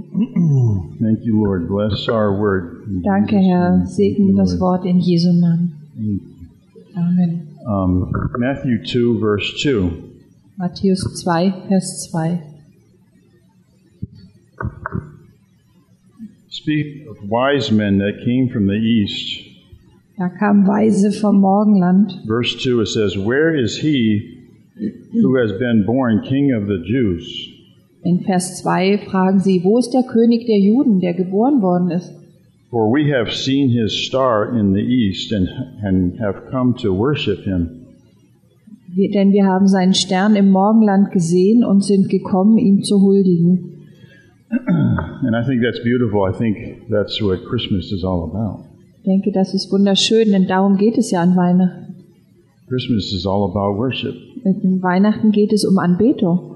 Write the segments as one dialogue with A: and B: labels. A: Thank you, Lord. Bless our word. In
B: Danke,
A: Jesus'
B: Herr.
A: name.
B: Segne das Wort in Jesu Namen.
A: Thank
B: Amen.
A: you. Um, Matthew 2, verse 2.
B: Matthäus 2, Vers 2.
A: Speak of wise men that came from the east.
B: Da kamen Weise vom Morgenland.
A: Verse 2, it says, Where is he who has been born king of the Jews?
B: In Vers 2 fragen sie, wo ist der König der Juden, der geboren worden ist?
A: For we have seen his star in the east and, and have come to worship him.
B: Wir, denn wir haben seinen Stern im Morgenland gesehen und sind gekommen, ihm zu huldigen.
A: And I think that's beautiful. I think that's what Christmas is all about.
B: Ich denke, das ist wunderschön, denn darum geht es ja an Weihnachten.
A: Christmas is all about worship.
B: In Weihnachten geht es um Anbetung.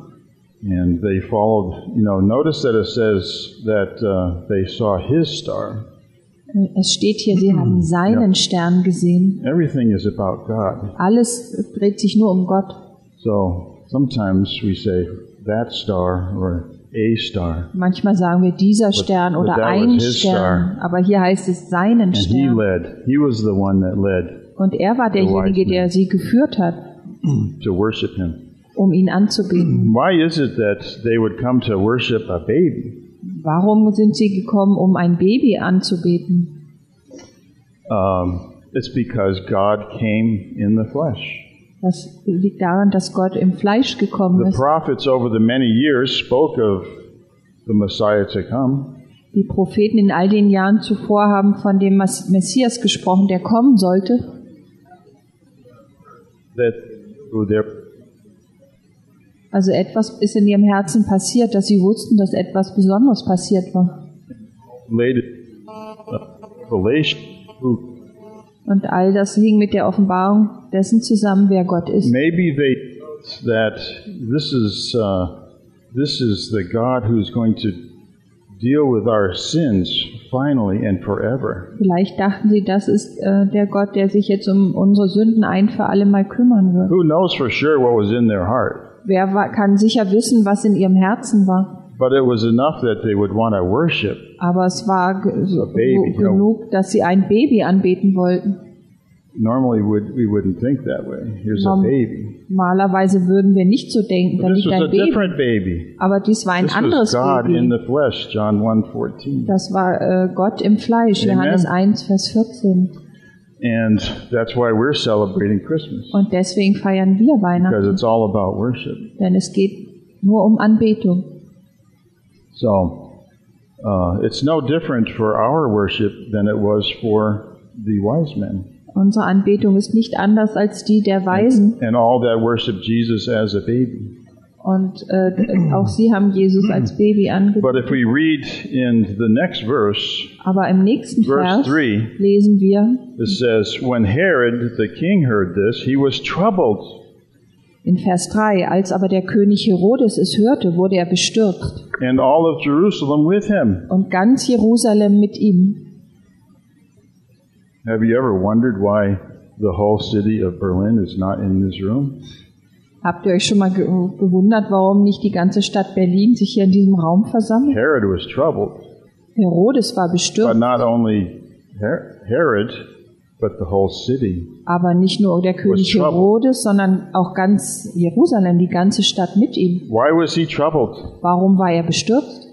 A: And they followed, you know, notice that it says that uh, they saw his star.
B: Es steht hier, sie haben seinen Stern gesehen.
A: Everything is about God.
B: Alles dreht sich nur um Gott.
A: So sometimes we say that star or a star.
B: Manchmal sagen wir dieser Stern
A: but
B: oder
A: that
B: ein
A: was his
B: Stern, aber hier heißt es seinen
A: And he
B: Stern.
A: led, he was the one that led
B: Und er war derjenige, der sie geführt hat,
A: to worship him.
B: um ihn anzubeten.
A: Why is it that they would come to worship a baby?
B: Warum sind sie gekommen, um ein Baby anzubeten?
A: Um, it's because God came in the flesh.
B: Das liegt daran, dass Gott im Fleisch gekommen
A: The
B: ist.
A: prophets over the many years spoke of the Messiah to come,
B: Die Propheten in all den Jahren zuvor haben von dem Mas- Messias gesprochen, der kommen sollte.
A: that their
B: Also etwas ist in ihrem Herzen passiert, dass sie wussten, dass etwas Besonderes passiert war.
A: related uh, revelation who
B: Und all das hing mit der Offenbarung dessen zusammen, wer Gott ist.
A: maybe they felt that this is uh, this is the God who's going to deal with our sins finally and forever.
B: Vielleicht dachten sie, das ist äh, der Gott, der sich jetzt um unsere Sünden ein für alle Mal kümmern wird.
A: Who knows for sure what was in their heart?
B: Wer war, kann sicher wissen, was in ihrem Herzen war.
A: But it was enough that they would want to worship.
B: Aber es war ge- so,
A: baby, ja.
B: genug, dass sie ein Baby anbeten wollten.
A: Normally, would we wouldn't think that way. Here's a
B: Um,
A: baby.
B: Normalerweise würden wir nicht so denken, da
A: But this
B: liegt
A: was
B: ein
A: a
B: Baby.
A: different baby.
B: Aber dies war ein
A: This was
B: anderes
A: God in
B: Baby.
A: the flesh, John 1.14.
B: Das war äh, Gott im Fleisch,
A: Amen.
B: Johannes 1, Vers 14.
A: And that's why we're celebrating Christmas,
B: Und deswegen feiern wir
A: because
B: Weihnachten,
A: it's all about worship.
B: denn es geht nur um Anbetung.
A: So uh, it's no different for our worship than it was for the wise men
B: Unsere Anbetung ist nicht anders als die der Weisen.
A: and all that worship Jesus as a baby.
B: Und äh, auch sie haben Jesus als Baby angebetet.
A: But if we read in the next verse,
B: Aber im nächsten
A: verse
B: Vers
A: 3,
B: lesen wir
A: it says, When Herod the king heard this, he was troubled,
B: in Vers 3, als aber der König Herodes es hörte, wurde er bestürzt
A: and all of Jerusalem with him.
B: und ganz Jerusalem mit ihm.
A: Have you ever wondered why the whole city of Berlin is not in this room?
B: Habt ihr euch schon mal ge gewundert, warum nicht die ganze Stadt Berlin sich hier in diesem Raum versammelt?
A: Herod was troubled,
B: Herodes war
A: but
B: bestürzt,
A: not only Her- Herod, but the whole city.
B: aber nicht nur der König
A: troubled.
B: Herodes, sondern auch ganz Jerusalem, die ganze Stadt mit ihm.
A: Why was he troubled?
B: Warum war er bestürzt?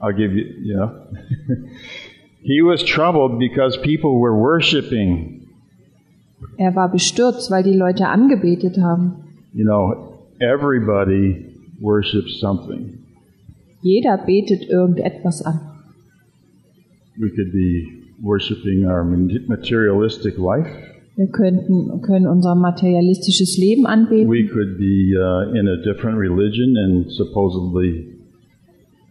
A: I'll give you, yeah. he was troubled because people were worshiping.
B: Er war bestürzt, weil die Leute angebetet haben.
A: You know, everybody worships something.
B: Jeder betet irgendetwas an.
A: We could be worshiping our materialistic life.
B: Wir könnten, können unser materialistisches Leben anbeten.
A: We could be uh, in a different religion and supposedly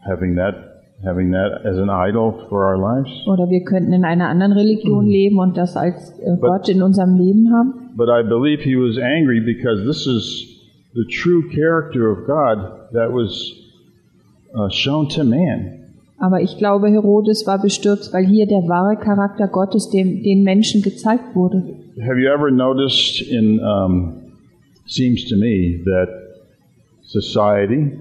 A: having that having that as an idol for our lives.
B: Oder wir könnten in einer anderen Religion
A: Mhm.
B: leben und das als äh, Gott in unserem Leben haben.
A: But I believe he was angry because this is the true character of God that was uh, shown to man.
B: Aber ich glaube, Herodes war bestürzt, weil hier der wahre Charakter Gottes dem, den Menschen gezeigt wurde.
A: Have you ever noticed in, um, seems to me, that society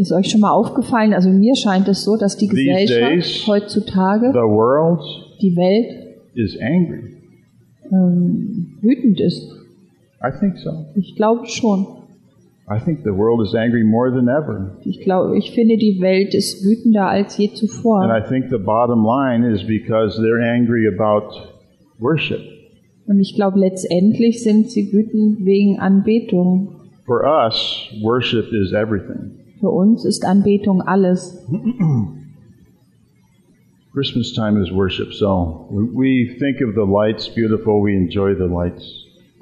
B: Ist euch schon mal aufgefallen, also mir scheint es so, dass die
A: These
B: Gesellschaft
A: days,
B: heutzutage,
A: The world
B: die Welt,
A: is angry.
B: ähm, wütend ist.
A: I think so.
B: Ich glaube schon.
A: I think the world is angry more than ever.
B: Ich glaube, ich finde, die Welt ist wütender als je
A: And
B: zuvor.
A: I think the bottom line is because they're angry about worship.
B: Und ich glaube, letztendlich sind sie wütend wegen Anbetung.
A: For us, worship is everything.
B: Für uns ist Anbetung alles.
A: Christmas time is worship, so we- we think of the lights beautiful, we enjoy the lights.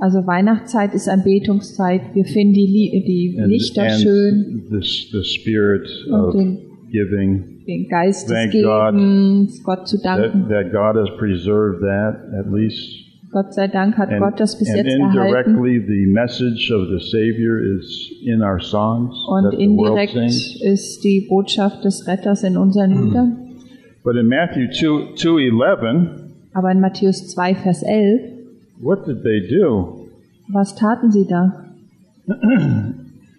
B: Also Weihnachtszeit ist Anbetungszeit. Wir finden die, Lie- die
A: And,
B: Lichter
A: and
B: schön
A: The, s- the spirit of
B: Okay.
A: giving,
B: den Geist des
A: Thank God.
B: Gebens, Gott zu
A: that,
B: danken.
A: that God has preserved that at least.
B: Gott sei Dank hat
A: And,
B: Gott das bis
A: and
B: jetzt erhalten.
A: indirectly, the message of the Savior is in our songs
B: Und
A: that the world
B: indirekt
A: sings.
B: ist die Botschaft des Retters in
A: Mhm.
B: unseren Liedern.
A: But in Matthew 2 2:11,
B: Aber in Matthäus 2, Vers 11,
A: what did they do?
B: was taten sie da?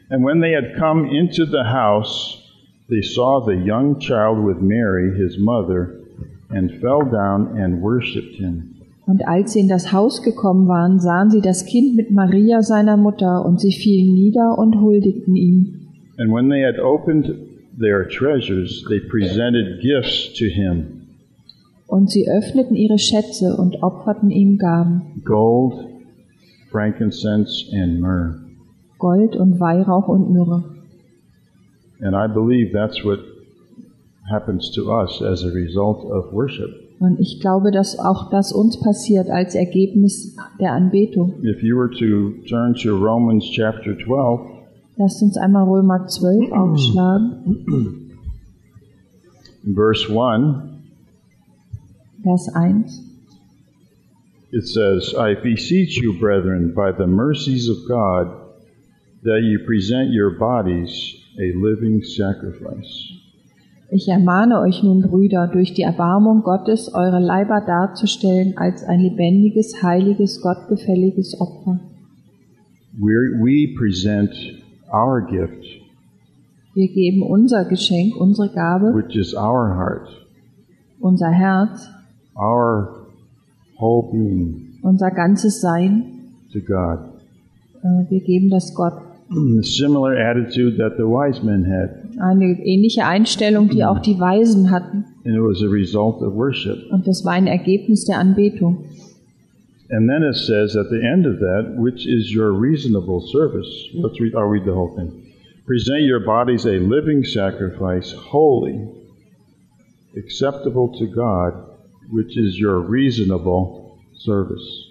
A: And when they had come into the house, they saw the young child with Mary, his mother, and fell down and worshipped him.
B: Und als sie in das Haus gekommen waren, sahen sie das Kind mit Maria, seiner Mutter, und sie fielen nieder und huldigten ihm.
A: And when they had opened their treasures, they presented gifts to him:
B: Und sie öffneten ihre Schätze und opferten ihm Gaben,
A: gold, frankincense, and myrrh.
B: Gold und Weihrauch und Myrrhe.
A: And I believe that's what happens to us as a result of worship.
B: Und ich glaube, dass auch das uns passiert als Ergebnis der Anbetung.
A: If you were to turn to Romans chapter 12,
B: Lasst uns einmal Römer 12 aufschlagen,
A: verse 1,
B: Vers 1.
A: it says, I beseech you, brethren, by the mercies of God, that you present your bodies a living sacrifice.
B: Ich ermahne euch nun, Brüder, durch die Erbarmung Gottes eure Leiber darzustellen als ein lebendiges, heiliges, gottgefälliges Opfer.
A: We're, we present our gift,
B: Wir geben unser Geschenk, unsere Gabe,
A: which is our heart,
B: unser Herz,
A: our whole being
B: unser ganzes Sein.
A: to God.
B: äh, Wir geben das Gott.
A: A similar attitude that the wise men had,
B: Eine ähnliche Einstellung, die auch die Weisen hatten.
A: and it was a result of worship.
B: Und das war ein Ergebnis der Anbetung.
A: And then it says at the end of that, which is your reasonable service. Let's read, I'll read the whole thing. Present your bodies a living sacrifice, holy, acceptable to God, which is your reasonable service.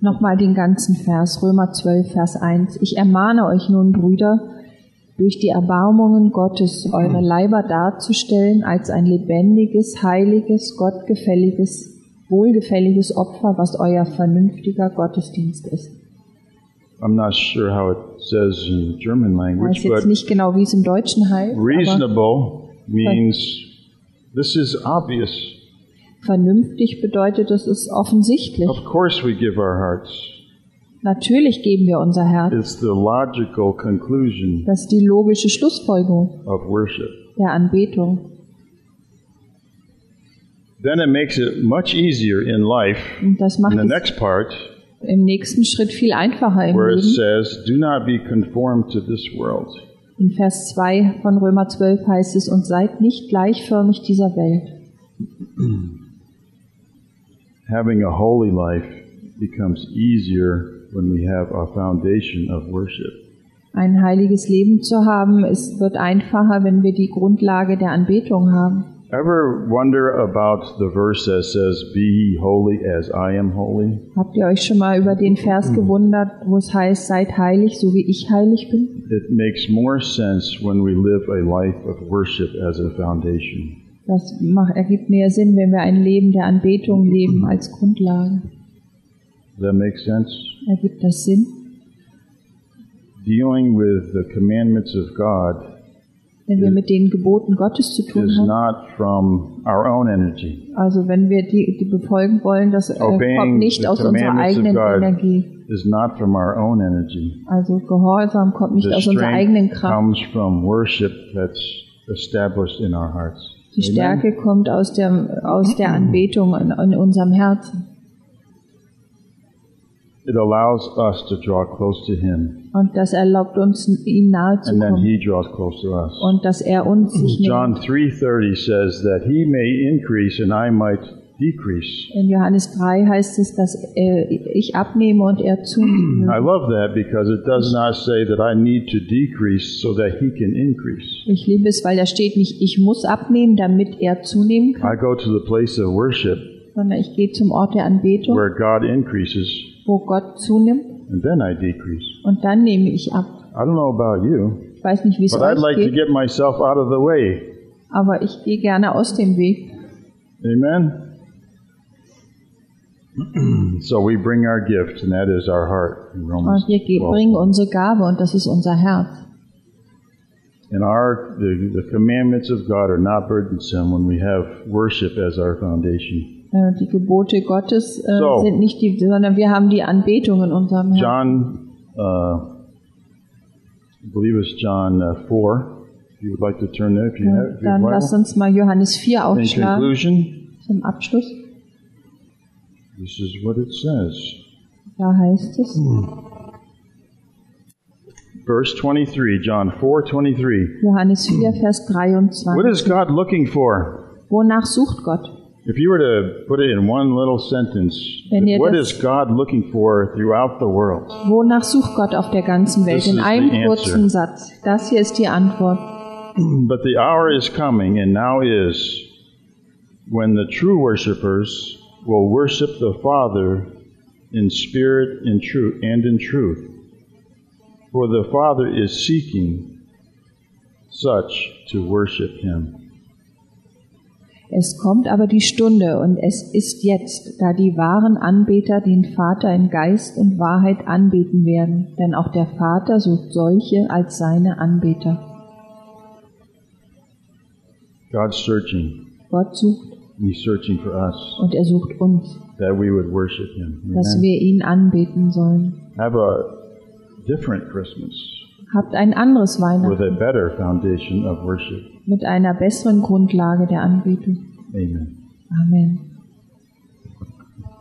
B: Nochmal den ganzen Vers, Römer 12, Vers 1. Ich ermahne euch nun, Brüder, durch die Erbarmungen Gottes eure Leiber darzustellen als ein lebendiges, heiliges, gottgefälliges, wohlgefälliges Opfer, was euer vernünftiger Gottesdienst ist.
A: I'm not sure how it says in the German
B: Ich weiß
A: language, but
B: jetzt nicht genau, wie es im Deutschen heißt, aber
A: reasonable means this is obvious.
B: vernünftig bedeutet, es ist offensichtlich.
A: Of course, we give our hearts.
B: Natürlich geben wir unser Herz.
A: It's the logical conclusion
B: Das ist die logische Schlussfolgerung
A: of worship.
B: der Anbetung.
A: Then it makes it much easier in life
B: Und das
A: In
B: macht
A: the
B: es
A: next part,
B: im nächsten Schritt viel einfacher im
A: where it
B: Leben.
A: says, Do not be conformed to this world.
B: In Vers 2 von Römer 12 heißt es, und seid nicht gleichförmig dieser Welt.
A: Having a holy life becomes easier when we have a foundation of worship.
B: Ein heiliges Leben zu haben, es wird einfacher, wenn wir die Grundlage der Anbetung haben.
A: Ever wonder about the verse that says, Be ye holy as I am holy?
B: Habt ihr euch schon mal über den
A: Hm.
B: Vers gewundert, wo es heißt, seid heilig, so wie ich heilig bin?
A: It makes more sense when we live a life of worship as a foundation.
B: Das macht, ergibt mehr Sinn, wenn wir ein Leben der Anbetung
A: Mhm.
B: leben als Grundlage.
A: Does that make sense?
B: Ergibt das Sinn?
A: Dealing with the commandments of God
B: wenn wir mit den Geboten Gottes zu tun
A: is
B: haben.
A: not from our own energy.
B: Also wenn wir die, die befolgen wollen, das äh, kommt
A: Obeying
B: nicht
A: the
B: aus unserer
A: commandments of
B: eigenen
A: God
B: Energie.
A: is not from our own energy.
B: Also Gehorsam kommt nicht
A: The
B: aus unserer eigenen
A: strength
B: Kraft.
A: comes from worship that's established in our hearts.
B: Die
A: Amen?
B: Stärke kommt aus der, aus
A: Mhm.
B: der Anbetung in, in unserem Herzen.
A: It allows us to draw close to Him,
B: Und das erlaubt uns, ihm nahe zu
A: and then
B: kommen.
A: He draws close to us.
B: Und dass er uns sich nimmt.
A: John 3:30 says that He may increase and I might decrease.
B: In Johannes 3 heißt es, dass äh, ich abnehme und er zunehme.
A: I love that because it does not say that I need to decrease so that He can increase.
B: Ich liebe es, weil da steht nicht, ich muss abnehmen, damit er zunehmen kann,
A: I go to the place of worship
B: sondern ich gehe zum Ort der Anbetung,
A: where God increases
B: wo Gott zunimmt
A: and then I decrease.
B: und dann nehme ich ab.
A: I don't know about you,
B: Ich weiß nicht, wie es
A: but I'd
B: euch
A: like to
B: geht,
A: get myself out of the way.
B: aber ich gehe gerne aus dem Weg.
A: Amen. so we bring our gift, and that is our heart in Romans.
B: Und wir ge-
A: 12.
B: bringen unsere Gabe und das ist unser Herz.
A: And our the, the commandments of God are not burdensome when we have worship as our foundation.
B: Äh, Die Gebote Gottes äh,
A: So.
B: sind nicht die, sondern wir haben die Anbetung in unserem Herzen.
A: John, uh, I believe it's John uh, four. If you would like to turn there, if you have, if you have
B: Dann
A: Bible.
B: lasst uns mal Johannes 4
A: In
B: aufschlagen
A: conclusion,
B: zum Abschluss.
A: this is what it says.
B: Da heißt es,
A: Hmm. Verse 23, John 4:23.
B: Johannes 4, Vers
A: What
B: 23.
A: is God looking for?
B: Wonach sucht Gott?
A: If you were to put it in one little sentence,
B: Wenn ihr
A: what
B: das-
A: is God looking for throughout the world?
B: Wonach sucht Gott auf der ganzen Welt?
A: This
B: In
A: is the
B: einem
A: answer.
B: kurzen Satz. Das hier ist die Antwort.
A: But the hour is coming, and now is, when the true worshipers will worship the Father in spirit and truth and in truth. For the Father is seeking such to worship him.
B: Es kommt aber die Stunde und es ist jetzt, da die wahren Anbeter den Vater in Geist und Wahrheit anbeten werden, denn auch der Vater sucht solche als seine Anbeter.
A: God's searching.
B: Gott sucht
A: and He's searching for us
B: und er sucht uns,
A: that we would worship him.
B: dass
A: Amen.
B: wir ihn anbeten sollen.
A: Have a different Christmas.
B: Habt ein anderes
A: with a
B: Weihnachten
A: better foundation of worship.
B: mit einer besseren Grundlage der Anbetung.
A: Amen.
B: Amen.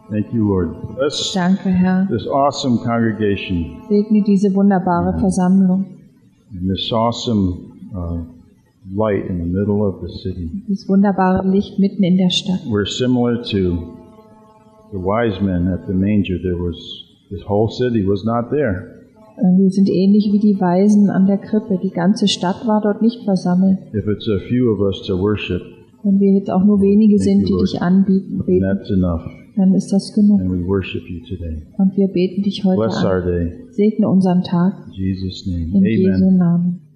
A: Thank you, Lord. Bless
B: Danke, Herr.
A: this awesome congregation
B: Segne diese wunderbare Versammlung,
A: and this awesome uh, light in the middle of the city.
B: dieses wunderbare Licht mitten in der Stadt.
A: We're similar to the wise men at the manger. There was this whole city was not there.
B: Äh, Wir sind ähnlich wie die Weisen an der Krippe. Die ganze Stadt war dort nicht versammelt.
A: If it's a few of us to worship,
B: Wenn wir jetzt auch nur wenige sind, die
A: Lord.
B: dich anbieten,
A: then
B: beten,
A: that's enough.
B: dann ist das genug.
A: And we worship you today.
B: Und wir beten dich heute
A: Bless
B: an.
A: our day.
B: Segne unseren Tag
A: In Jesus' name.
B: in
A: Amen.
B: Jesu Namen.